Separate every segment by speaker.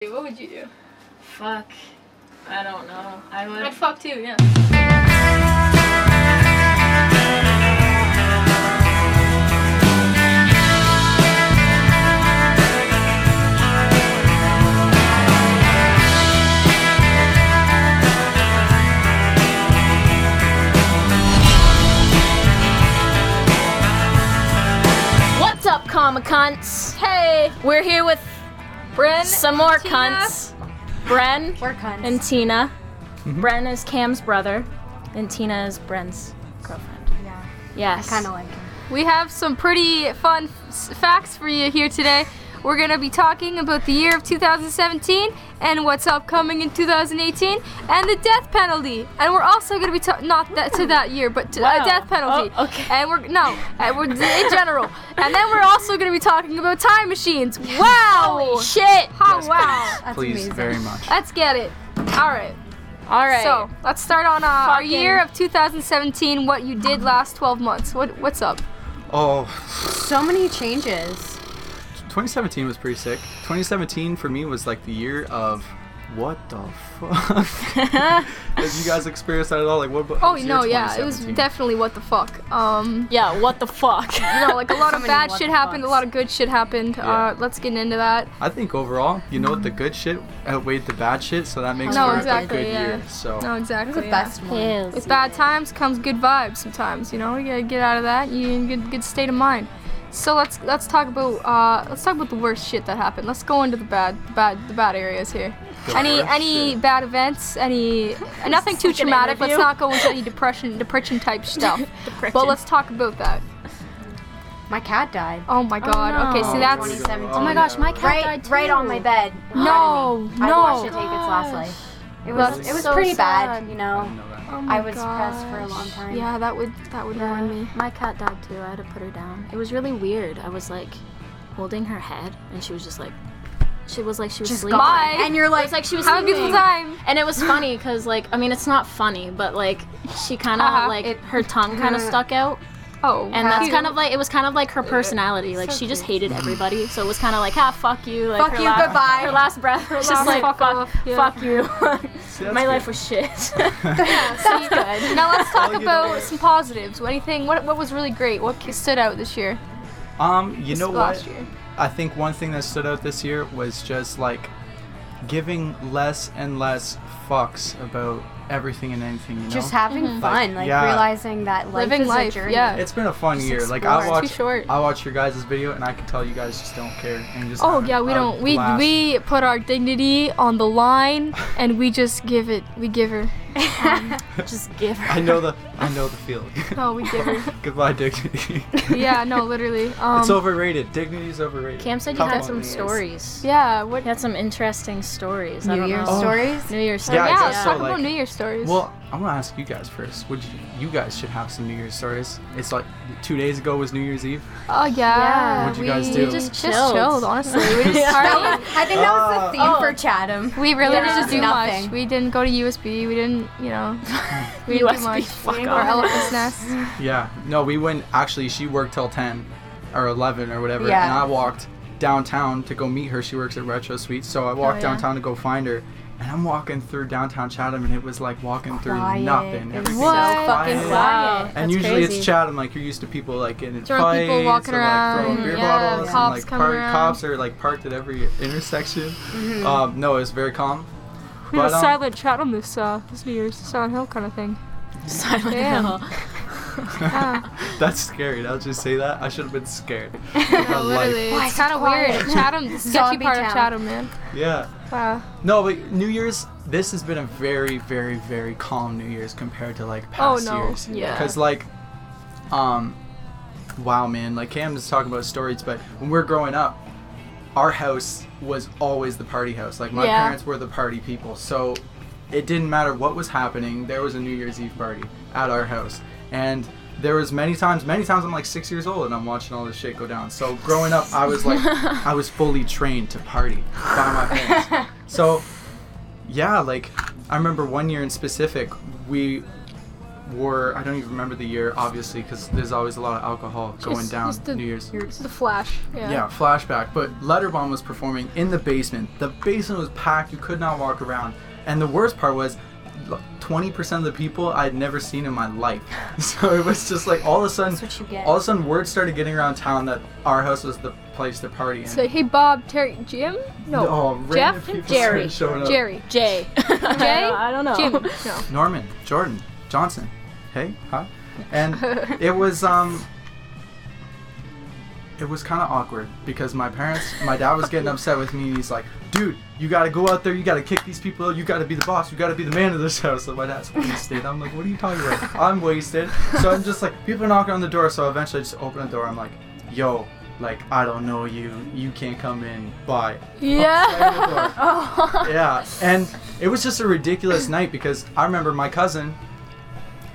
Speaker 1: What would you do?
Speaker 2: Fuck. I don't know. I would.
Speaker 1: I'd fuck too, yeah.
Speaker 2: What's up, comic cunts? Hey, we're here with
Speaker 1: Bren,
Speaker 2: some more
Speaker 1: Tina.
Speaker 2: cunts. Bren
Speaker 3: We're cunts.
Speaker 2: and Tina. Bren is Cam's brother, and Tina is Bren's girlfriend.
Speaker 3: yeah,
Speaker 2: Yes.
Speaker 3: kind of like him.
Speaker 1: We have some pretty fun s- facts for you here today. We're going to be talking about the year of 2017 and what's upcoming in 2018 and the death penalty. And we're also going to be ta- not that to that year, but to a
Speaker 2: Wow.
Speaker 1: death penalty.
Speaker 2: Oh, okay.
Speaker 1: And we're no, and we're in general. And then we're also going to be talking about time machines. Wow!
Speaker 2: Shit.
Speaker 1: Oh, wow.
Speaker 3: That's
Speaker 4: Please,
Speaker 3: amazing.
Speaker 4: very much.
Speaker 1: Let's get it. All right.
Speaker 2: All right.
Speaker 1: So let's start on uh, our
Speaker 2: Fucking-
Speaker 1: year of 2017. What you did last 12 months? What what's up?
Speaker 4: Oh,
Speaker 3: So many changes.
Speaker 4: 2017 was pretty sick. 2017 for me was like the year of what the fuck? Did you guys experience that at all? Like what? about-
Speaker 1: Oh
Speaker 4: this year,
Speaker 1: no, yeah, it was
Speaker 4: 2017?
Speaker 1: definitely what the fuck. Um,
Speaker 2: yeah. What the fuck?
Speaker 1: you know, like a lot
Speaker 3: So
Speaker 1: of
Speaker 3: many
Speaker 1: bad
Speaker 3: what
Speaker 1: shit
Speaker 3: the
Speaker 1: happened, a
Speaker 3: fucks.
Speaker 1: lot of good shit happened.
Speaker 4: Yeah.
Speaker 1: Uh, let's get into that.
Speaker 4: I think overall, you know what, the good shit outweighed the bad shit, so that makes
Speaker 1: No,
Speaker 4: for
Speaker 1: exactly,
Speaker 4: a good
Speaker 1: yeah.
Speaker 4: year. So
Speaker 1: No, exactly.
Speaker 3: It was the
Speaker 1: yeah.
Speaker 3: best one.
Speaker 2: Yes.
Speaker 1: With bad times comes good vibes. Sometimes, you know, you gotta get out of that. You in good good state of mind. So let's let's talk about uh, let's talk about the worst shit that happened. Let's go into the bad the bad the bad areas here.
Speaker 4: the
Speaker 1: any
Speaker 4: worst
Speaker 1: any
Speaker 4: shit.
Speaker 1: bad events? Any nothing too
Speaker 2: Like an
Speaker 1: traumatic. Let's
Speaker 2: interview.
Speaker 1: not go into any depression depression type stuff. But
Speaker 2: Depression.
Speaker 1: let's talk about that.
Speaker 3: My cat died.
Speaker 1: Oh my god. Okay,
Speaker 4: no.
Speaker 1: so that's
Speaker 3: 2017.
Speaker 4: Oh my gosh, my cat
Speaker 3: right, right on my bed. in
Speaker 1: No,
Speaker 3: front of me.
Speaker 1: no.
Speaker 3: I watched it take its last life. It was,
Speaker 1: That's
Speaker 3: it was
Speaker 2: so
Speaker 3: pretty
Speaker 2: sad.
Speaker 3: bad, you know.
Speaker 1: Oh
Speaker 3: I
Speaker 1: my
Speaker 3: was depressed for a
Speaker 1: gosh.
Speaker 3: long time.
Speaker 1: Yeah, that would that would ruin me.
Speaker 2: My cat died too. I had to put her down. It was really weird. I was like holding her head, and she was just like, she was like she was
Speaker 3: Just
Speaker 2: sleeping.
Speaker 1: gone.
Speaker 3: And you're
Speaker 2: It
Speaker 3: like,
Speaker 2: was like she was
Speaker 1: Have a beautiful
Speaker 2: sleeping.
Speaker 1: time.
Speaker 2: And it was funny because, like, I mean, it's not funny, but like, she kind of
Speaker 1: Uh-huh.
Speaker 2: like
Speaker 3: It-
Speaker 2: her tongue kind of stuck out,
Speaker 1: Oh,
Speaker 2: and that's
Speaker 1: cute.
Speaker 2: kind of like it was kind of like her personality. Like, she just hated everybody, so it was kind of like, ah, fuck you, like,
Speaker 3: fuck
Speaker 2: her
Speaker 3: you,
Speaker 2: last,
Speaker 3: goodbye.
Speaker 2: Her last breath was just
Speaker 1: last
Speaker 2: like,
Speaker 1: fuck
Speaker 2: fuck,
Speaker 1: off, yeah.
Speaker 2: fuck you.
Speaker 4: See, that's
Speaker 2: My
Speaker 4: good.
Speaker 2: life was shit.
Speaker 1: That's good. Now let's talk
Speaker 4: I'll get over
Speaker 1: about
Speaker 4: it.
Speaker 1: some positives. What anything? What what was really great? What ki- stood out this year?
Speaker 4: Um, you
Speaker 1: This
Speaker 4: know what?
Speaker 1: last year.
Speaker 4: I think one thing that stood out this year was just like giving less and less fucks about everything and anything. You know,
Speaker 3: just having fun, like
Speaker 4: yeah.
Speaker 3: realizing that life
Speaker 1: Living
Speaker 3: is
Speaker 1: life,
Speaker 3: a journey.
Speaker 1: yeah.
Speaker 4: It's been a fun
Speaker 3: Just
Speaker 4: year. Like
Speaker 3: explore.
Speaker 4: I
Speaker 3: It's
Speaker 4: watch,
Speaker 1: too short.
Speaker 4: I watch your guys' video, and I can tell you guys just don't care and just.
Speaker 1: Oh
Speaker 4: having
Speaker 1: yeah, we
Speaker 4: a
Speaker 1: don't. We
Speaker 4: blast.
Speaker 1: we put our dignity on the line, and we just give it. We give her.
Speaker 2: just give her.
Speaker 4: I know the. I know the feeling.
Speaker 1: No, we give her.
Speaker 4: Goodbye, dignity.
Speaker 1: Yeah, no, literally. Um,
Speaker 4: it's overrated. Dignity's overrated.
Speaker 2: Cam said you
Speaker 4: Come
Speaker 2: had
Speaker 4: on.
Speaker 2: some stories.
Speaker 1: Yeah. What?
Speaker 2: You had some interesting stories. I
Speaker 3: New
Speaker 2: don't
Speaker 3: Year's
Speaker 4: Oh.
Speaker 2: know.
Speaker 3: stories.
Speaker 2: New Year's
Speaker 4: Yeah, I
Speaker 2: stories.
Speaker 1: yeah, let's
Speaker 4: guess
Speaker 1: talk
Speaker 4: so,
Speaker 1: about
Speaker 4: like-
Speaker 1: New Year's stories.
Speaker 4: Well, I'm gonna ask you guys first. Would you, you guys should have some New Year's stories? It's like two days ago was New Year's Eve.
Speaker 1: oh yeah.
Speaker 2: yeah.
Speaker 4: What'd you guys
Speaker 1: we
Speaker 4: do?
Speaker 1: Just, just
Speaker 2: Chilled.
Speaker 1: chilled. Honestly, we just
Speaker 3: I
Speaker 1: partied.
Speaker 3: think that was the theme
Speaker 2: Oh.
Speaker 3: for Chatham.
Speaker 1: We really
Speaker 2: Yeah.
Speaker 1: didn't just do
Speaker 3: Nothing.
Speaker 1: much. We didn't go to USB. We didn't, you know, we didn't do
Speaker 2: USB,
Speaker 1: much.
Speaker 2: fuck
Speaker 1: or
Speaker 2: off.
Speaker 1: Elephant's Nest.
Speaker 4: Yeah. No, we went. Actually, she worked till ten, or eleven, or whatever.
Speaker 3: Yeah.
Speaker 4: And I walked downtown to go meet her. She works at Retro Suites, so I
Speaker 1: Oh,
Speaker 4: walked
Speaker 1: yeah.
Speaker 4: downtown to go find her. And I'm walking through downtown Chatham, and it was like walking
Speaker 3: Quiet.
Speaker 4: through nothing.
Speaker 3: It
Speaker 4: Everything
Speaker 1: was
Speaker 4: was
Speaker 1: so
Speaker 3: fucking
Speaker 4: quiet.
Speaker 3: quiet.
Speaker 2: Wow.
Speaker 4: And
Speaker 2: that's
Speaker 4: usually
Speaker 2: crazy.
Speaker 4: it's Chatham, like you're used to people like in
Speaker 1: Drunk
Speaker 4: fights,
Speaker 1: people walking
Speaker 4: or, like, throwing
Speaker 1: around,
Speaker 4: beer
Speaker 1: yeah,
Speaker 4: bottles,
Speaker 1: cops
Speaker 4: and like
Speaker 1: coming
Speaker 4: park,
Speaker 1: around. Mm-hmm.
Speaker 4: cops are like parked at every intersection. Um, no, it was very calm.
Speaker 1: We had a
Speaker 4: But, um,
Speaker 1: silent chat on this uh, this New Year's Silent Hill kind of thing.
Speaker 2: Silent
Speaker 1: Damn.
Speaker 2: Hill.
Speaker 1: Yeah,
Speaker 4: That's scary. I'll just say that. I should have been scared. My life.
Speaker 1: literally.
Speaker 3: Why
Speaker 1: It's
Speaker 3: is
Speaker 1: kind
Speaker 3: it
Speaker 1: of
Speaker 3: quiet?
Speaker 1: weird. Chatham, the sketchy
Speaker 3: Zombie
Speaker 1: part of
Speaker 3: town.
Speaker 1: Chatham, man.
Speaker 4: Yeah.
Speaker 1: Wow.
Speaker 4: No, but New Year's. This has been a very, very, very calm New Year's compared to like past
Speaker 1: Oh, no.
Speaker 4: years.
Speaker 1: Yeah.
Speaker 4: Because like, um, wow, man. Like Cam is talking about stories, but when we we're growing up, our house was always the party house. Like my
Speaker 1: Yeah.
Speaker 4: parents were the party people, so it didn't matter what was happening. There was a New Year's Eve party at our house, and there was many times, many times I'm like six years old and I'm watching all this shit go down. So growing up, I was like, I was fully trained to party by my parents. So yeah, like I remember one year in specific, we were I don't even remember the year, obviously, because there's always a lot of alcohol going
Speaker 1: Just-
Speaker 4: down
Speaker 1: just the-
Speaker 4: New Year's.
Speaker 1: The Flash. Yeah.
Speaker 4: Yeah, flashback. But Letterbomb was performing in the basement. The basement was packed. You could not walk around. And the worst part was, l- 20% of the people I'd never seen in my life. So it was just like all of a sudden,
Speaker 3: That's what you get.
Speaker 4: all of a sudden, word started getting around town that our house was the place to party in.
Speaker 1: So hey, Bob, Terry, Jim? No.
Speaker 4: oh, random
Speaker 1: Jeff?
Speaker 4: people
Speaker 1: Jerry.
Speaker 4: started showing up.
Speaker 1: Jerry.
Speaker 2: Jay. Jay?
Speaker 1: Jay?
Speaker 2: I don't know.
Speaker 1: Jim. No.
Speaker 4: Norman, Jordan, Johnson. Hey, hi. And it was um it was kind of awkward because my parents, my dad was getting upset with me and he's like, "Dude, you got to go out there, you got to kick these people out, you got to be the boss, you got to be the man of this house." So my dad's wasted. I'm like, "What are you talking about? I'm wasted." So I'm just like, people are knocking on the door, so eventually I just open the door. I'm like, "Yo, like I don't know you. You can't come in. Bye."
Speaker 1: Yeah.
Speaker 4: yeah, and it was just a ridiculous night because I remember my cousin,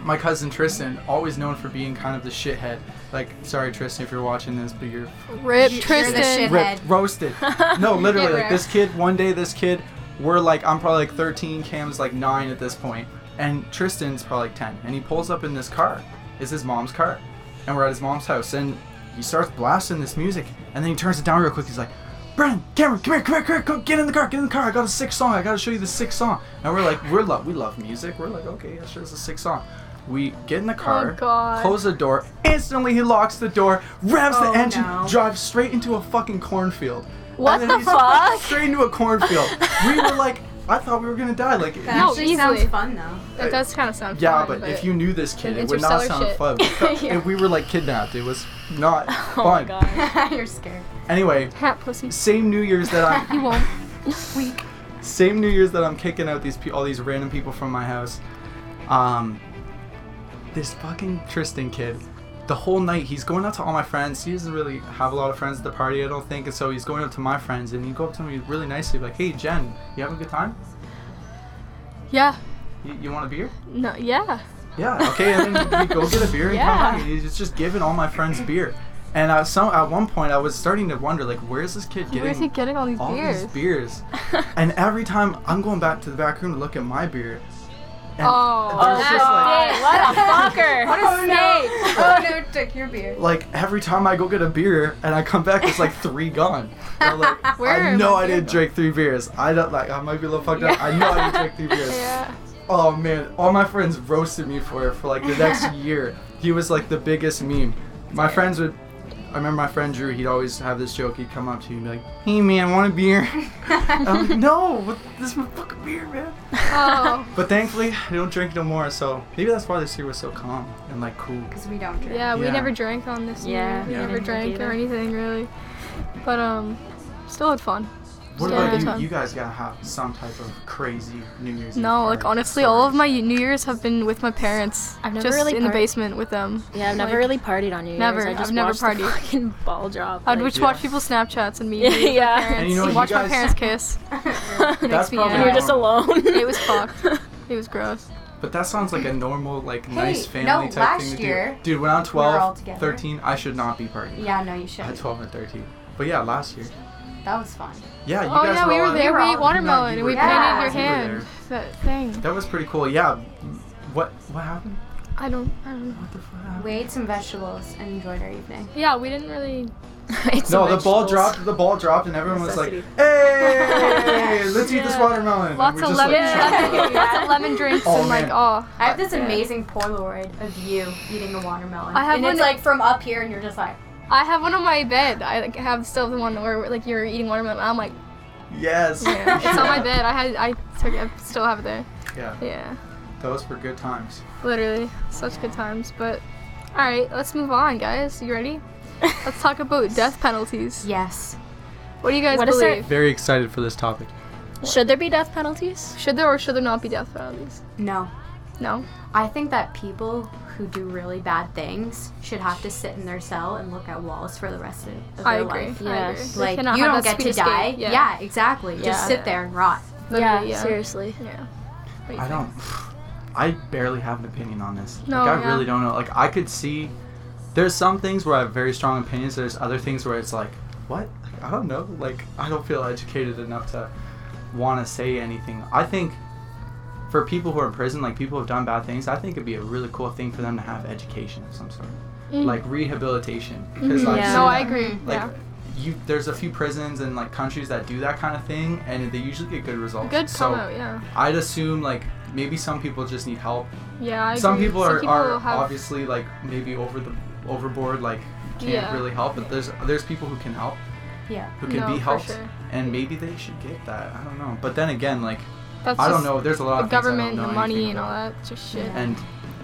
Speaker 4: my cousin Tristan, always known for being kind of the shithead. Like, sorry Tristan, if you're watching this, but you're
Speaker 1: Rip
Speaker 3: You're the
Speaker 1: Tristan.
Speaker 3: shit.
Speaker 4: ripped, roasted. No, literally, like
Speaker 1: Shithead.
Speaker 4: this kid. One day, this kid, we're like, I'm probably like 13, Cam's like nine at this point, and Tristan's probably like 10, and he pulls up in this car. It's his mom's car, and we're at his mom's house, and he starts blasting this music, and then he turns it down real quick. He's like. Brennan, Cameron, come here, come here, come here, come get in the car, get in the car. I got a sick song. I gotta show you the sick song. And we're like, we're love, we love music. We're like, okay, yeah, sure, it's a sick song. We get
Speaker 3: Oh,
Speaker 4: in the car,
Speaker 1: God.
Speaker 4: close the door. Instantly, he locks the door, revs
Speaker 3: Oh,
Speaker 4: the engine,
Speaker 3: no.
Speaker 4: drives straight into a fucking cornfield.
Speaker 1: What
Speaker 4: And
Speaker 1: the
Speaker 4: then he's like,
Speaker 1: fuck?
Speaker 4: Straight into a cornfield. we were like, I thought we were gonna die. Like,
Speaker 3: That
Speaker 1: No,
Speaker 3: actually
Speaker 1: easily.
Speaker 3: sounds fun though.
Speaker 1: That does kind of sound.
Speaker 4: yeah,
Speaker 1: fun,
Speaker 4: but, if you knew this kid,
Speaker 1: Like
Speaker 4: it would not sound
Speaker 1: interstellar
Speaker 4: fun. If we were like kidnapped, it was not
Speaker 2: Oh my
Speaker 4: fun.
Speaker 2: god.
Speaker 3: You're scared.
Speaker 4: Anyway,
Speaker 1: hat pussy,
Speaker 4: same New Year's that I'm
Speaker 1: you won't.
Speaker 4: same New Year's that I'm kicking out these pe- all these random people from my house. Um, this fucking Tristan kid. The whole night he's going out to all my friends. He doesn't really have a lot of friends at the party, I don't think, and so he's going up to my friends and he go up to me really nicely, like, "Hey, Jen, you having a good time?
Speaker 1: Yeah.
Speaker 4: You, you want a beer?
Speaker 1: No. Yeah.
Speaker 4: Yeah, okay. And then we go get a beer and
Speaker 1: Yeah.
Speaker 4: come back. and He's just giving all my friends beer, and at some at one point I was starting to wonder, like, where's this kid getting?
Speaker 1: Where's he getting all these
Speaker 4: all
Speaker 1: beers?
Speaker 4: these beers. and every time I'm going back to the back room to look at my beer. And
Speaker 1: Oh,
Speaker 4: there's
Speaker 1: that's
Speaker 4: just like,
Speaker 2: Jay, what a fucker.
Speaker 3: What a snake! oh no, it took your beer.
Speaker 4: like every time I go get a beer and I come back, it's like three gone. And I'm like,
Speaker 1: Where
Speaker 4: I
Speaker 1: am
Speaker 4: know
Speaker 1: I
Speaker 4: I
Speaker 1: gonna
Speaker 4: didn't
Speaker 1: go?
Speaker 4: drink three beers. I don't like. I might be a little fucked up. I know I didn't drink three beers.
Speaker 1: yeah.
Speaker 4: Oh man, all my friends roasted me for it for like the next year. He was like the biggest meme. My friends would. I remember my friend Drew. He'd always have this joke. He'd come up to you and be like, "Hey man, want a beer?" I'm like, "No, what, this is my fucking beer, man."
Speaker 1: Oh.
Speaker 4: But thankfully, I don't drink no more, so maybe that's why this year was so calm and like cool.
Speaker 3: Because we don't drink.
Speaker 1: Yeah. We
Speaker 4: Yeah.
Speaker 1: never drank on this.
Speaker 2: Yeah,
Speaker 1: year. We
Speaker 4: Yeah.
Speaker 1: never
Speaker 2: didn't
Speaker 1: drank
Speaker 2: either.
Speaker 1: or anything really. But um, still had fun.
Speaker 4: What
Speaker 1: Yeah.
Speaker 4: about
Speaker 1: Yeah.
Speaker 4: you? You guys gotta have some type of crazy New Year's. Eve
Speaker 1: No,
Speaker 4: party
Speaker 1: like honestly, all of
Speaker 4: stories.
Speaker 1: my New Year's have been with my parents.
Speaker 2: I've never
Speaker 1: just
Speaker 2: really
Speaker 1: in the
Speaker 2: partied.
Speaker 1: basement with them.
Speaker 2: Yeah, I've never
Speaker 1: Like,
Speaker 2: really partied on New Year's.
Speaker 1: Never,
Speaker 2: I just
Speaker 1: I've never
Speaker 2: watched the
Speaker 1: partied.
Speaker 2: fucking ball drop.
Speaker 1: I'd
Speaker 2: like-
Speaker 1: just watch people's Snapchats and me.
Speaker 2: Yeah,
Speaker 1: with my
Speaker 2: yeah.
Speaker 1: parents.
Speaker 4: And you know what, you
Speaker 1: watch my
Speaker 4: guys-
Speaker 1: parents kiss.
Speaker 4: That's
Speaker 1: makes me
Speaker 4: probably
Speaker 1: angry.
Speaker 2: We were just
Speaker 4: normal.
Speaker 2: alone.
Speaker 1: It was fucked. It was gross.
Speaker 4: But that sounds like a normal, like nice
Speaker 3: Hey,
Speaker 4: family
Speaker 3: no,
Speaker 4: type
Speaker 3: last
Speaker 4: thing to
Speaker 3: year,
Speaker 4: do. Dude, when I'm
Speaker 3: all
Speaker 4: 12,
Speaker 3: together.
Speaker 4: 13, I should not be partying.
Speaker 3: Yeah, no, you
Speaker 4: At
Speaker 3: shouldn't.
Speaker 4: 12 and 13. But yeah, last year.
Speaker 3: That was fun.
Speaker 4: Yeah, you
Speaker 1: oh
Speaker 4: guys
Speaker 1: yeah,
Speaker 4: were
Speaker 1: we
Speaker 4: all
Speaker 1: were
Speaker 4: at-
Speaker 1: there.
Speaker 3: were
Speaker 1: We
Speaker 3: all-
Speaker 1: ate watermelon
Speaker 4: you
Speaker 1: and
Speaker 4: were
Speaker 1: we
Speaker 4: there.
Speaker 1: painted your
Speaker 4: Yeah. You were
Speaker 1: hand. That thing.
Speaker 4: That was pretty cool. Yeah. What what happened?
Speaker 1: I don't. I don't know.
Speaker 4: What the fuck happened?
Speaker 3: We ate some vegetables and enjoyed our evening.
Speaker 1: Yeah, we didn't really.
Speaker 2: It's
Speaker 4: No, the ball
Speaker 2: vegetables.
Speaker 4: dropped. The ball dropped, and everyone was like,
Speaker 2: Necessity.
Speaker 4: "Hey, let's eat this watermelon." And
Speaker 1: Lots
Speaker 4: we're
Speaker 1: of
Speaker 4: just like,
Speaker 1: lemon.
Speaker 4: "Shut up."
Speaker 1: lots of lemon drinks
Speaker 4: Oh,
Speaker 1: and like
Speaker 4: man.
Speaker 1: oh.
Speaker 3: I have this amazing Polaroid of you eating a watermelon.
Speaker 1: I have
Speaker 3: and
Speaker 1: one
Speaker 3: it's
Speaker 1: that-
Speaker 3: like from up here, and you're just like,
Speaker 1: I have one on my bed. I like have still the one where like you're eating watermelon. I'm like,
Speaker 4: Yes.
Speaker 1: yeah. it's on my bed. I had I took I still have it there.
Speaker 4: Yeah,
Speaker 1: Yeah.
Speaker 4: those were good times.
Speaker 1: Literally, such good times. But all right, let's move on, guys. You ready? Let's talk about death penalties.
Speaker 3: yes.
Speaker 1: What do you guys
Speaker 2: What is there-
Speaker 1: believe?
Speaker 4: Very excited for this topic.
Speaker 2: Should there be death penalties?
Speaker 1: Should there or should there not be death penalties?
Speaker 3: No.
Speaker 1: No.
Speaker 3: I think that people who do really bad things should have to sit in their cell and look at walls for the rest of, of
Speaker 1: I
Speaker 3: their
Speaker 1: agree.
Speaker 3: life.
Speaker 1: I
Speaker 2: Yes.
Speaker 1: agree. They
Speaker 3: Like,
Speaker 1: cannot
Speaker 3: you
Speaker 1: have
Speaker 3: don't
Speaker 1: that
Speaker 3: get to
Speaker 1: sweet escape.
Speaker 3: die. Yeah,
Speaker 1: Yeah.
Speaker 3: exactly. Just
Speaker 2: Yeah.
Speaker 3: sit there and rot.
Speaker 2: Yeah,
Speaker 1: Literally, yeah.
Speaker 2: seriously.
Speaker 1: Yeah. What do you
Speaker 4: I
Speaker 1: think?
Speaker 4: don't. I barely have an opinion on this.
Speaker 1: No,
Speaker 4: like, I
Speaker 1: yeah.
Speaker 4: really don't know. Like, I could see. There's some things where I have very strong opinions. There's other things where it's like, what? Like, I don't know. Like, I don't feel educated enough to want to say anything. I think for people who are in prison, like people who have done bad things, I think it'd be a really cool thing for them to have education of some sort, like rehabilitation. Because like,
Speaker 2: Yeah.
Speaker 1: Mm. Mm-hmm. No, I agree.
Speaker 4: like
Speaker 1: yeah.
Speaker 4: you, there's a few prisons and like countries that do that kind of thing, and they usually get good results.
Speaker 1: Good
Speaker 4: so
Speaker 1: come out, yeah.
Speaker 4: I'd assume like maybe some people just need help.
Speaker 1: Yeah, I
Speaker 4: some
Speaker 1: agree.
Speaker 4: people
Speaker 1: Some
Speaker 4: are, are
Speaker 1: have-
Speaker 4: obviously like maybe over the overboard, like can't
Speaker 1: Yeah.
Speaker 4: really help, but there's there's people who can help,
Speaker 3: Yeah.
Speaker 4: who can
Speaker 1: No,
Speaker 4: be
Speaker 1: for
Speaker 4: helped,
Speaker 1: sure.
Speaker 4: and maybe they should get that. I don't know. But then again, like
Speaker 1: That's
Speaker 4: I don't
Speaker 1: just
Speaker 4: know. There's a lot
Speaker 1: The
Speaker 4: of things I don't
Speaker 1: government, the
Speaker 4: know
Speaker 1: money,
Speaker 4: anything
Speaker 1: and all
Speaker 4: about
Speaker 1: that just shit.
Speaker 3: Yeah.
Speaker 4: and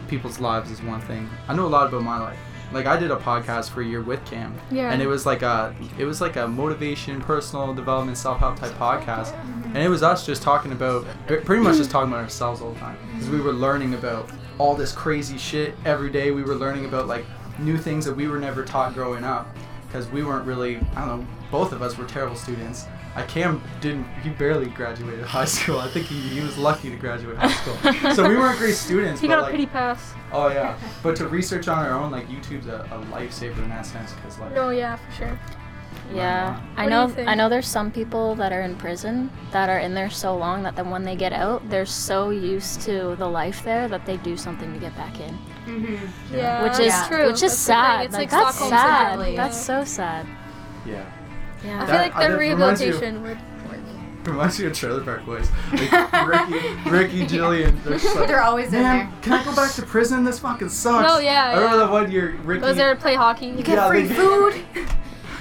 Speaker 4: people's lives is one thing. I know a lot about my life. Like I did a podcast for a year with Cam,
Speaker 1: Yeah.
Speaker 4: and it was like a it was like a motivation, personal development, self help type podcast, and it was us just talking about pre- pretty much just talking about ourselves all the time because we were learning about all this crazy shit every day. We were learning about like new things that we were never taught growing up because we weren't really I don't know. Both of us were terrible students. I Cam didn't. He barely graduated high school. I think he, he was lucky to graduate high school. so we weren't great students.
Speaker 1: He
Speaker 4: but
Speaker 1: got a
Speaker 4: like,
Speaker 1: pity pass.
Speaker 4: Oh yeah, but to research on our own, like YouTube's a, a lifesaver in that sense, because like
Speaker 1: No, yeah, for sure.
Speaker 2: Yeah, I
Speaker 1: What do you
Speaker 2: know.
Speaker 1: think?
Speaker 2: I know. There's some people that are in prison that are in there so long that then when they get out, they're so used to the life there that they do something to get back in,
Speaker 3: Mm-hmm.
Speaker 1: Uh,
Speaker 4: Yeah.
Speaker 1: Yeah,
Speaker 2: which is
Speaker 1: that's
Speaker 3: Yeah.
Speaker 1: true.
Speaker 2: which is
Speaker 1: That's the thing.
Speaker 2: sad.
Speaker 1: It's
Speaker 2: like,
Speaker 1: like,
Speaker 2: that's
Speaker 1: Stockholm
Speaker 2: sad.
Speaker 1: syndrome.
Speaker 3: Syndrome.
Speaker 2: That's so sad.
Speaker 4: yeah,
Speaker 1: I
Speaker 2: Yeah.
Speaker 1: feel
Speaker 4: That-
Speaker 1: like their
Speaker 4: that reminds you-
Speaker 1: rehabilitation would work.
Speaker 4: reminds you of Trailer Park Boys. Like Ricky, Ricky, Jillian, they're just like,
Speaker 3: They're always in
Speaker 4: man,
Speaker 3: there.
Speaker 4: can I go back to prison? This fucking sucks.
Speaker 1: No, yeah,
Speaker 4: I remember
Speaker 1: yeah.
Speaker 4: that one year, Ricky.
Speaker 1: Goes there to play hockey.
Speaker 3: You get
Speaker 4: Yeah,
Speaker 3: free
Speaker 4: they-
Speaker 3: food.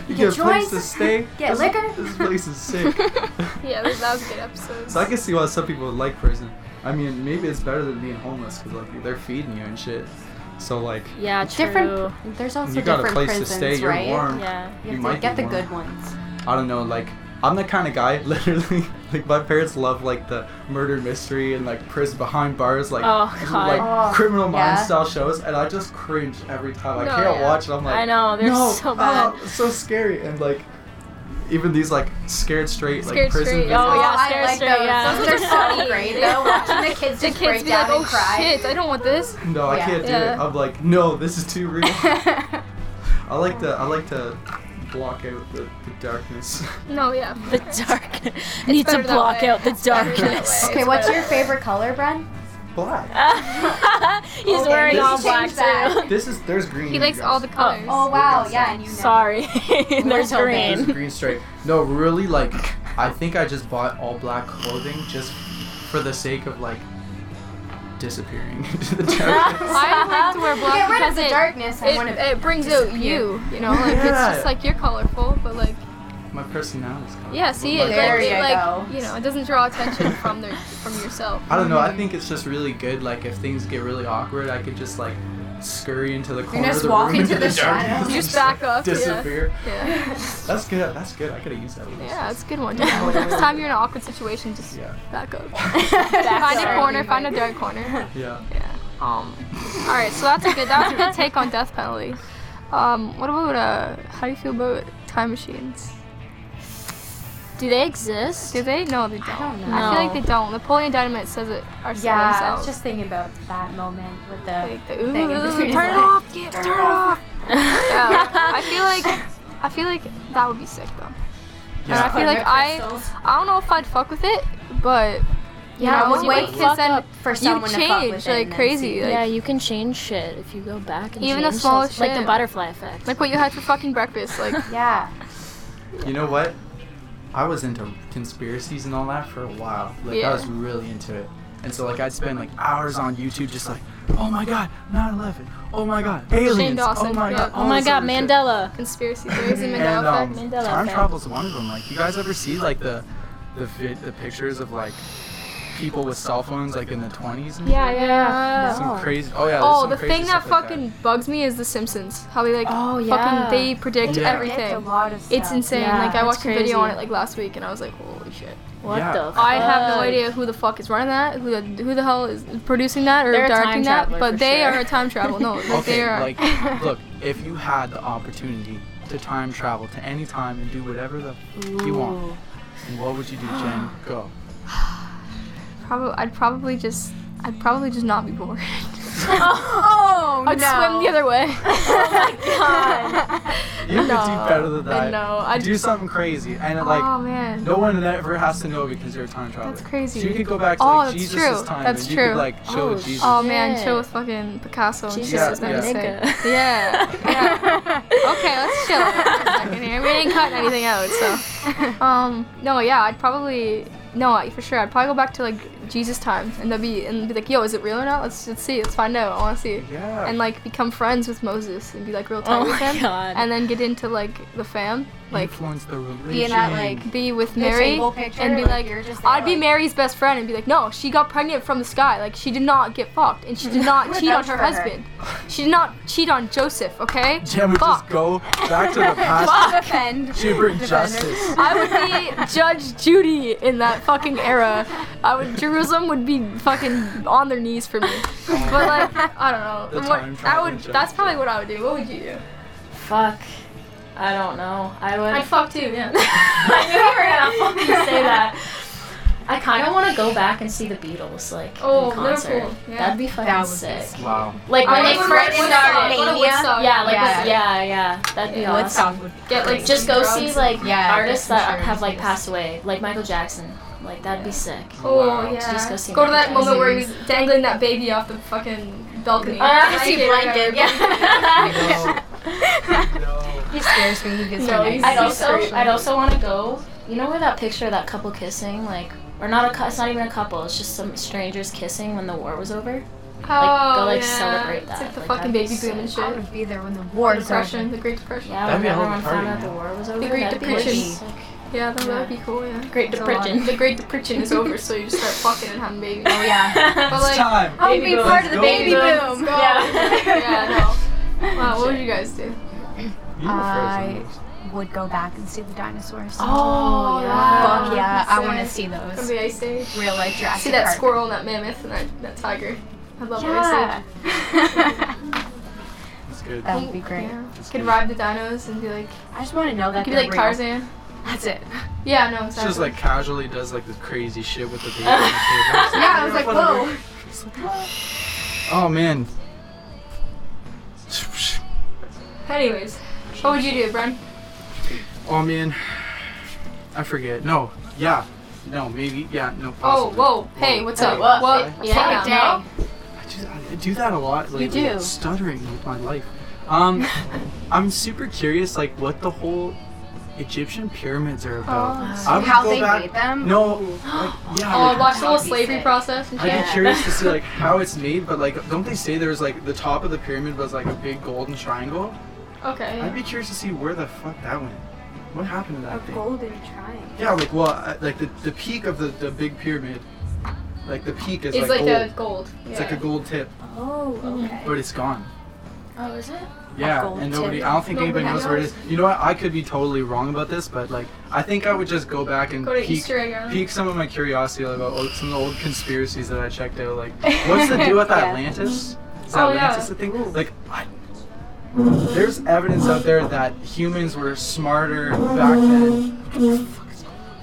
Speaker 4: you
Speaker 3: get
Speaker 4: get a place
Speaker 3: joints,
Speaker 4: to stay.
Speaker 3: get
Speaker 4: this,
Speaker 3: liquor.
Speaker 4: This place is sick.
Speaker 1: Yeah, that that was a good episode.
Speaker 4: so I can see why some people would like prison. I mean, maybe it's better than being homeless, because like they're feeding you and shit. So like,
Speaker 2: Yeah. True.
Speaker 3: Different. There's also
Speaker 4: you got
Speaker 3: different
Speaker 4: a place
Speaker 3: prisons,
Speaker 4: to stay. You're
Speaker 3: right?
Speaker 4: warm.
Speaker 2: Yeah.
Speaker 3: You,
Speaker 4: You
Speaker 3: have
Speaker 4: might
Speaker 3: to get
Speaker 4: be
Speaker 3: the
Speaker 4: warm.
Speaker 3: good ones.
Speaker 4: I don't know, like I'm the kind of guy, literally, like my parents love like the murder mystery and like prison behind bars, like
Speaker 2: Oh, God.
Speaker 4: like
Speaker 3: Oh,
Speaker 4: criminal mind
Speaker 3: yeah.
Speaker 4: style shows, and I just cringe every time. I
Speaker 1: No,
Speaker 4: can't
Speaker 1: yeah.
Speaker 4: watch it. I'm like,
Speaker 2: I know. They're
Speaker 4: no,
Speaker 2: so bad.
Speaker 4: oh, it's so scary, and like even these like scared straight, like
Speaker 1: Scared
Speaker 4: prison.
Speaker 1: straight,
Speaker 4: videos.
Speaker 2: Oh, yeah,
Speaker 3: I
Speaker 2: Scare
Speaker 3: like
Speaker 2: Straight,
Speaker 3: those.
Speaker 2: yeah.
Speaker 3: Those are so
Speaker 1: Funny.
Speaker 3: great though. Watching the kids
Speaker 1: the
Speaker 3: just break
Speaker 1: kids be
Speaker 3: down
Speaker 1: like, "Oh
Speaker 3: and cry.
Speaker 1: shit, I don't want this."
Speaker 4: No, I
Speaker 3: Yeah.
Speaker 4: can't do it.
Speaker 1: Yeah.
Speaker 4: I'm like, no, this is too real. I like to, I like to block out the, the darkness.
Speaker 1: No, yeah.
Speaker 2: The dark. Need to
Speaker 1: better that
Speaker 2: block
Speaker 1: way.
Speaker 2: out the
Speaker 1: better that
Speaker 2: darkness.
Speaker 1: way.
Speaker 3: okay, what's your favorite color, Bren?
Speaker 4: Black.
Speaker 2: He's
Speaker 3: Okay,
Speaker 2: wearing
Speaker 3: let's
Speaker 2: all
Speaker 3: change
Speaker 2: black
Speaker 3: that.
Speaker 2: too.
Speaker 4: This is there's green.
Speaker 1: He
Speaker 4: you
Speaker 1: likes all
Speaker 4: guys.
Speaker 1: the colors.
Speaker 3: Oh wow, yeah, and you know.
Speaker 2: Sorry. There's
Speaker 3: Little
Speaker 4: This
Speaker 2: green.
Speaker 4: is green straight. No, really, like, I think I just bought all black clothing just for the sake of, like, disappearing into the darkness.
Speaker 1: I like to wear black
Speaker 3: oh. Get rid
Speaker 1: because
Speaker 3: of the
Speaker 1: it,
Speaker 3: darkness. I want
Speaker 1: It,
Speaker 3: to.
Speaker 1: it brings out you, you know, like it's
Speaker 4: Yeah.
Speaker 1: just like you're colorful, but like
Speaker 4: My personality's color.
Speaker 1: yeah, see,
Speaker 4: Like,
Speaker 1: it,
Speaker 3: There
Speaker 1: it,
Speaker 3: you
Speaker 1: like
Speaker 3: go.
Speaker 1: you know, it doesn't draw attention from their from yourself.
Speaker 4: I don't know. I think it's just really good. Like, if things get really awkward, I could just, like, scurry into the corner
Speaker 3: just
Speaker 4: of the
Speaker 3: walk
Speaker 4: room
Speaker 3: into
Speaker 4: into
Speaker 3: the
Speaker 4: darkness
Speaker 3: shadows.
Speaker 4: and
Speaker 1: Just
Speaker 4: like,
Speaker 1: back up, yeah.
Speaker 4: Disappear.
Speaker 1: Yeah,
Speaker 4: That's good. That's good. I could have used that. with this.
Speaker 1: yeah, it's a good one. Yeah. Next time you're in an awkward situation, just
Speaker 4: Yeah.
Speaker 1: back up,
Speaker 3: Find
Speaker 1: find a corner, find a dark corner.
Speaker 4: Yeah.
Speaker 1: Um, all right, so that's a good that was a good take on death penalty. Um, what about uh, how do you feel about time machines?
Speaker 2: Do they exist?
Speaker 1: Do they? No, they don't.
Speaker 3: don't know.
Speaker 1: I feel like
Speaker 2: No.
Speaker 1: they don't. Napoleon Dynamite says it are still
Speaker 3: Yeah, I
Speaker 1: themselves.
Speaker 3: was just thinking about that moment with the.
Speaker 1: like the
Speaker 3: thing in
Speaker 1: ooh,
Speaker 3: between his
Speaker 1: turn it
Speaker 3: legs.
Speaker 1: off, yeah, turn it off. yeah, I feel like I feel like that would be sick though. And
Speaker 4: Yeah.
Speaker 1: I feel like I I don't know if I'd fuck with it, but you
Speaker 3: Yeah,
Speaker 1: know,
Speaker 3: we'll
Speaker 1: you
Speaker 3: wait
Speaker 1: might
Speaker 3: for
Speaker 1: kiss and
Speaker 2: up
Speaker 3: for
Speaker 1: you
Speaker 3: someone to fuck
Speaker 1: change
Speaker 3: with
Speaker 1: like crazy, like,
Speaker 2: yeah, you can change shit if you go back and
Speaker 1: Even the
Speaker 2: change
Speaker 1: smallest
Speaker 2: stuff, like the
Speaker 1: shit.
Speaker 2: butterfly effect.
Speaker 1: like what you had for fucking breakfast, like
Speaker 3: Yeah.
Speaker 4: You know what? I was into conspiracies and all that for a while. Like I
Speaker 1: Yeah.
Speaker 4: was really into it. And so like I'd spend like hours on YouTube just like, oh my god, 9/11. Oh my god, aliens. oh
Speaker 1: Dawson,
Speaker 4: my
Speaker 1: yeah.
Speaker 4: god.
Speaker 1: Oh
Speaker 2: oh
Speaker 4: all
Speaker 2: my
Speaker 4: this
Speaker 2: god,
Speaker 4: other shit."
Speaker 2: Mandela.
Speaker 1: conspiracy theories and
Speaker 4: And
Speaker 1: Mandela
Speaker 4: um,
Speaker 1: effect.
Speaker 2: Mandela
Speaker 4: time
Speaker 2: effect.
Speaker 4: travel's one of them. Like you guys ever see like the the vid- the pictures of like people with cell phones like in the 20s? and
Speaker 1: Yeah, yeah.
Speaker 4: Some crazy. Oh yeah. there's
Speaker 1: Oh,
Speaker 4: some
Speaker 1: the
Speaker 4: crazy
Speaker 1: thing that
Speaker 4: stuff like
Speaker 1: fucking bugs me is The Simpsons. How they like
Speaker 2: Oh, yeah.
Speaker 1: fucking they predict
Speaker 4: Yeah.
Speaker 3: It's a
Speaker 1: everything.
Speaker 3: lot of stuff.
Speaker 1: It's insane.
Speaker 2: Yeah,
Speaker 1: like I
Speaker 2: it's
Speaker 1: watched a video
Speaker 2: crazy. Oh
Speaker 1: on it like last week, and I was like, holy shit.
Speaker 2: What
Speaker 4: Yeah.
Speaker 2: the? Fuck?
Speaker 1: I have no idea who the fuck is running that, who the who the hell is producing that or
Speaker 2: They're a time
Speaker 1: directing that,
Speaker 2: traveler
Speaker 1: but
Speaker 2: for
Speaker 1: they
Speaker 2: sure.
Speaker 1: are a time travel. No, like,
Speaker 4: Okay,
Speaker 1: they are.
Speaker 4: like, look, if you had the opportunity to time travel to any time and do whatever the f- you want, what would you do, Jen? Go.
Speaker 1: Probably, I'd probably just, I'd probably just not be bored.
Speaker 3: Oh Oh
Speaker 1: I'd
Speaker 3: no.
Speaker 1: swim the other way.
Speaker 4: You could do better than
Speaker 1: I
Speaker 4: that.
Speaker 1: know. I
Speaker 4: do something crazy, and it, like
Speaker 1: oh man.
Speaker 4: no one ever has to know because you're a time traveler.
Speaker 1: That's crazy.
Speaker 4: So you could go back to
Speaker 1: Oh,
Speaker 4: like
Speaker 1: that's
Speaker 4: Jesus'
Speaker 1: true.
Speaker 4: time,
Speaker 1: That's
Speaker 4: and you
Speaker 1: true.
Speaker 4: could like show
Speaker 2: Oh,
Speaker 4: Jesus.
Speaker 1: Oh man,
Speaker 2: Shit.
Speaker 1: chill with fucking Picasso. and
Speaker 2: Jesus
Speaker 1: shit.
Speaker 2: is
Speaker 1: That's
Speaker 2: my
Speaker 1: what I'm
Speaker 2: nigga.
Speaker 1: saying. Yeah. yeah. Okay, let's chill for a second here. We didn't cut anything out, so. Um, no, yeah, I'd probably no, I- for sure. I'd probably go back to like Jesus time, and they'd be and be like, "Yo, is it real or not? Let's let's see. Let's find out. I want to see."
Speaker 4: Yeah.
Speaker 1: And like become friends with Moses and be like real time
Speaker 2: Oh
Speaker 1: with
Speaker 2: my
Speaker 1: him,
Speaker 2: god.
Speaker 1: and then get into like the fam, like
Speaker 4: influence the religion.
Speaker 3: Being at, like,
Speaker 1: be with
Speaker 3: The
Speaker 1: Mary
Speaker 3: table picture,
Speaker 1: and be like,
Speaker 3: you're just
Speaker 1: I'd be
Speaker 3: like-
Speaker 1: Mary's best friend and be like, no, she got pregnant from the sky. Like, she did not get fucked, and she did not cheat on her
Speaker 3: Without her.
Speaker 1: husband. She did not cheat on Joseph. Okay?
Speaker 4: Jim would just
Speaker 1: Fuck.
Speaker 4: go back to the past.
Speaker 3: Defend.
Speaker 4: She'd bring justice.
Speaker 1: I would be Judge Judy in that fucking era. I would Jerusalem would be fucking on their knees for me. But like, I
Speaker 4: The
Speaker 1: don't know.
Speaker 4: time
Speaker 1: What, that
Speaker 4: travel
Speaker 1: would.
Speaker 4: judge.
Speaker 1: That's probably what I would do. What would you do?
Speaker 2: Fuck. I don't know. I would.
Speaker 1: I'd fuck too. Yeah.
Speaker 2: I knew you were gonna fucking say that. I kind of want to go back and see the Beatles, like
Speaker 1: Oh,
Speaker 2: in concert.
Speaker 1: Liverpool, yeah.
Speaker 2: That'd be fucking
Speaker 3: That would be
Speaker 2: sick.
Speaker 1: Oh,
Speaker 4: Wow.
Speaker 2: Like when
Speaker 1: I
Speaker 2: they
Speaker 1: would
Speaker 2: first
Speaker 1: go to
Speaker 2: started.
Speaker 1: Woodstock, go to Woodstock.
Speaker 2: Yeah, like
Speaker 3: Yeah.
Speaker 2: yeah, yeah, yeah. That'd be awesome.
Speaker 3: Woodstock would
Speaker 1: Get like
Speaker 2: Just
Speaker 1: some
Speaker 2: go
Speaker 1: drugs
Speaker 2: see
Speaker 1: and-
Speaker 2: like
Speaker 3: Yeah,
Speaker 2: artists
Speaker 3: for
Speaker 2: that
Speaker 3: sure.
Speaker 2: have like passed away, like Michael Jackson. Like that'd be sick.
Speaker 1: Oh
Speaker 4: Wow.
Speaker 1: yeah.
Speaker 2: Just go see
Speaker 1: go to
Speaker 2: Michael
Speaker 1: that moment
Speaker 2: Jackson.
Speaker 1: where he was dangling that baby off the fucking balcony.
Speaker 2: Uh,
Speaker 1: Blanket,
Speaker 2: see
Speaker 1: whatever.
Speaker 2: Yeah.
Speaker 4: No.
Speaker 3: He scares me. He gets
Speaker 1: No,
Speaker 3: my
Speaker 1: he's-
Speaker 2: I'd
Speaker 3: next.
Speaker 2: also I'd also want to go. You know where that picture of that couple kissing, like, or not a cou- it's not even a couple. It's just some strangers kissing when the war was over. Like, go, like, celebrate
Speaker 1: Oh, It's like
Speaker 2: that.
Speaker 1: the
Speaker 2: Like, that'd
Speaker 1: fucking
Speaker 2: be
Speaker 1: baby
Speaker 2: sick.
Speaker 1: boom and
Speaker 3: I
Speaker 1: shit.
Speaker 3: would be there when the
Speaker 1: The
Speaker 3: war is
Speaker 1: Depression,
Speaker 3: over.
Speaker 1: the Great Depression.
Speaker 2: Yeah, when
Speaker 4: That'd be a whole
Speaker 2: everyone found
Speaker 4: party,
Speaker 2: out the
Speaker 4: man.
Speaker 2: war was over.
Speaker 1: Great
Speaker 2: that'd be
Speaker 1: Depression.
Speaker 2: Like, sick.
Speaker 1: Yeah, that would
Speaker 2: Yeah.
Speaker 1: be cool, yeah.
Speaker 2: Great
Speaker 3: It's a lot.
Speaker 2: Depression.
Speaker 1: The Great Depression is over, so you just start fucking and having babies.
Speaker 3: Oh yeah.
Speaker 1: But
Speaker 4: It's
Speaker 1: like,
Speaker 4: time.
Speaker 3: I would
Speaker 2: Baby
Speaker 3: be
Speaker 2: boom.
Speaker 3: part of the
Speaker 4: Let's
Speaker 3: baby
Speaker 4: go.
Speaker 3: boom.
Speaker 1: yeah, no. Wow, what would you guys do?
Speaker 4: You were
Speaker 3: I-
Speaker 4: frozen.
Speaker 3: Would go back and see the dinosaurs.
Speaker 2: Oh,
Speaker 1: yeah.
Speaker 3: Fuck yeah! I want to
Speaker 1: Sick.
Speaker 3: see
Speaker 1: From
Speaker 3: those
Speaker 1: the Ice Age.
Speaker 3: real life Jurassic
Speaker 1: See that
Speaker 3: Park.
Speaker 1: squirrel and that mammoth and that, that tiger. I love Ice
Speaker 3: Yeah.
Speaker 1: Age.
Speaker 4: It's good.
Speaker 3: that would be great.
Speaker 1: Yeah.
Speaker 4: It's
Speaker 1: Could
Speaker 4: good.
Speaker 1: ride the dinos and be like,
Speaker 3: I just want to know that
Speaker 1: could be
Speaker 3: they're
Speaker 1: like
Speaker 3: real.
Speaker 1: Tarzan.
Speaker 3: That's it.
Speaker 1: Yeah, no,
Speaker 4: It's just
Speaker 1: exactly.
Speaker 4: like casually does like this crazy shit with the baby. on the table.
Speaker 1: Yeah, I was like, whoa.
Speaker 4: Oh man.
Speaker 1: Anyways, what would you do, Bren?
Speaker 4: Oh man. I forget. No. Yeah. No. Maybe. Yeah. No.
Speaker 1: Oh,
Speaker 4: Possibly.
Speaker 1: whoa. Hey, what's up?
Speaker 4: Hey,
Speaker 1: What?
Speaker 4: sorry.
Speaker 1: Yeah, no?
Speaker 4: I do, I do that a lot lately.
Speaker 3: do.
Speaker 4: Stuttering with my life. Um, I'm super curious, like what the whole Egyptian pyramids are about. I would
Speaker 3: How
Speaker 4: go
Speaker 3: they
Speaker 4: back-
Speaker 3: made them?
Speaker 4: No, like, yeah.
Speaker 1: Oh,
Speaker 4: like,
Speaker 1: watch the whole
Speaker 3: That'd be
Speaker 1: slavery
Speaker 3: sick.
Speaker 1: process and shit.
Speaker 4: I'd be curious to see like how it's made, but like, don't they say there's like the top of the pyramid was like a big golden triangle?
Speaker 1: Okay.
Speaker 4: I'd be curious to see where the fuck that went. What happened to that thing?
Speaker 3: golden triangle.
Speaker 4: Yeah, like well, I- like the, the peak of the, the big pyramid, like the peak is
Speaker 1: It's
Speaker 4: like,
Speaker 1: like,
Speaker 4: gold.
Speaker 1: a gold.
Speaker 4: It's like a gold tip,
Speaker 3: Oh, okay.
Speaker 4: but it's gone.
Speaker 2: Oh, is it?
Speaker 4: Yeah,
Speaker 3: gold
Speaker 4: and
Speaker 3: tip.
Speaker 4: nobody. I don't think
Speaker 1: Nobody
Speaker 4: anybody knows where it is. You know what? I could be totally wrong about this, but like, I think I would just go back and
Speaker 1: Go to
Speaker 4: peek,
Speaker 1: Easter egg island.
Speaker 4: peek some of my curiosity about old, some of the old conspiracies that I checked out. Like, what's the deal with
Speaker 3: Yeah.
Speaker 4: Atlantis? Is
Speaker 1: Oh, yeah.
Speaker 4: Atlantis the thing? Like, I, there's evidence out there that humans were smarter back then.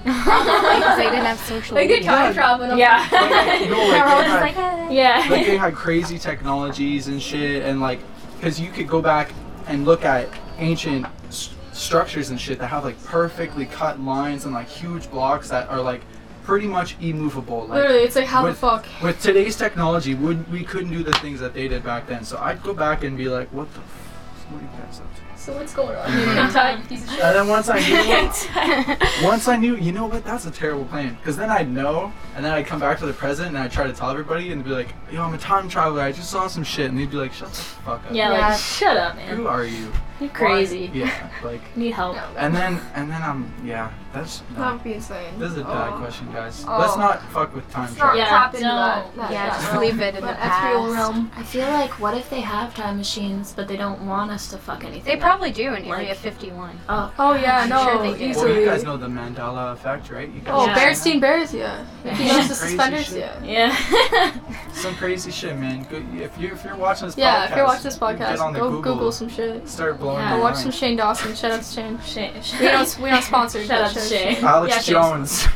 Speaker 3: they didn't have social
Speaker 1: They could
Speaker 3: media.
Speaker 1: time travel. and-
Speaker 2: Yeah.
Speaker 4: You know, like, they had- like
Speaker 2: yeah.
Speaker 4: they had crazy technologies and shit and like because you could go back and look at ancient s- structures and shit that have like perfectly cut lines and like huge blocks that are like pretty much immovable like
Speaker 1: Literally, it's like how the
Speaker 4: with-
Speaker 1: fuck.
Speaker 4: with today's technology would we couldn't do the things that they did back then so i'd go back and be like what the f- what are you guys up to
Speaker 1: So what's going on? You're gonna die, you piece of shit.
Speaker 4: and then once I knew, once I knew, you know what? That's a terrible plan. Because then I'd know, and then I'd come back to the present, and I'd try to tell everybody, and be like, "Yo, I'm a time traveler. I just saw some shit," and they'd be like, "Shut the fuck up.
Speaker 2: Yeah,
Speaker 1: Yeah.
Speaker 2: like shut up, man.
Speaker 4: Who are you?
Speaker 2: You're crazy.
Speaker 4: Why- Yeah. Like,
Speaker 2: Need help.
Speaker 1: No,
Speaker 4: and then, and then I'm, yeah. That's
Speaker 1: that
Speaker 4: no.
Speaker 1: would be insane.
Speaker 4: This is a
Speaker 1: Um, Oh.
Speaker 4: bad question, guys.
Speaker 1: Oh.
Speaker 4: Let's not fuck with time
Speaker 1: Let's not
Speaker 4: travel.
Speaker 2: Yeah,
Speaker 1: tap into
Speaker 2: no.
Speaker 1: that. that-
Speaker 3: Yeah,
Speaker 1: that
Speaker 3: just
Speaker 1: realm.
Speaker 3: leave it in the
Speaker 1: That ethereal
Speaker 3: past.
Speaker 1: realm.
Speaker 2: I feel like what if they have time machines, but they don't want us to fuck anything?
Speaker 3: They
Speaker 2: up?
Speaker 3: probably do in
Speaker 2: Like-
Speaker 3: Area 51.
Speaker 2: Oh.
Speaker 1: Oh yeah,
Speaker 3: I'm
Speaker 1: no,
Speaker 3: sure they do.
Speaker 4: Well, you
Speaker 1: easily.
Speaker 4: guys know the Mandela effect, right? You guys
Speaker 1: oh,
Speaker 2: Yeah.
Speaker 1: Berenstein Bears, yeah. He knows the
Speaker 4: Crazy
Speaker 1: suspenders,
Speaker 4: shit.
Speaker 1: yeah.
Speaker 2: Yeah.
Speaker 4: Some crazy shit, man. Good. If you if you're watching this
Speaker 1: Yeah,
Speaker 4: podcast,
Speaker 1: if you're watching this
Speaker 4: get on
Speaker 1: podcast,
Speaker 4: the
Speaker 1: go Google, some shit.
Speaker 4: Start blowing.
Speaker 2: Yeah,
Speaker 4: their
Speaker 1: Go watch
Speaker 4: mind.
Speaker 1: some Shane Dawson. Shout out to Shane.
Speaker 2: Shane.
Speaker 1: We don't, we don't sponsor.
Speaker 2: Shut up, Shane.
Speaker 4: Alex
Speaker 1: Yeah,
Speaker 4: Jones.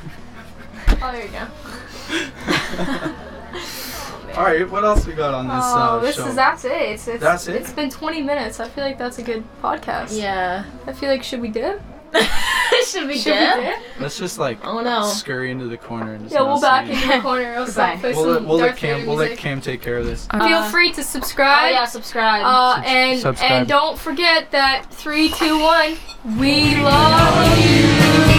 Speaker 1: Oh, there you go.
Speaker 4: All right, what else we got on this?
Speaker 1: oh,
Speaker 4: uh,
Speaker 1: this
Speaker 4: show?
Speaker 1: is that's it. It's, it's
Speaker 4: That's it?
Speaker 1: It's been 20 minutes. I feel like that's a good podcast.
Speaker 2: Yeah.
Speaker 1: I feel like should we dip?
Speaker 2: Should we
Speaker 1: Should we
Speaker 2: dip?
Speaker 1: dip?
Speaker 4: Let's just like
Speaker 2: Oh no.
Speaker 4: scurry into the corner and just
Speaker 1: Yeah, we'll back
Speaker 4: not see.
Speaker 1: in the corner. I'll stop
Speaker 3: Goodbye.
Speaker 1: play
Speaker 4: We'll
Speaker 1: some
Speaker 4: let, we'll let
Speaker 1: Darth
Speaker 4: Cam
Speaker 1: Vader
Speaker 4: we'll let
Speaker 1: music.
Speaker 4: Cam take care of this.
Speaker 1: Feel
Speaker 2: Uh,
Speaker 1: free to
Speaker 2: Oh
Speaker 1: subscribe.
Speaker 2: yeah, subscribe.
Speaker 1: Uh,
Speaker 4: Subs-
Speaker 1: and
Speaker 4: subscribe.
Speaker 1: and don't forget that three, two, one. We love you.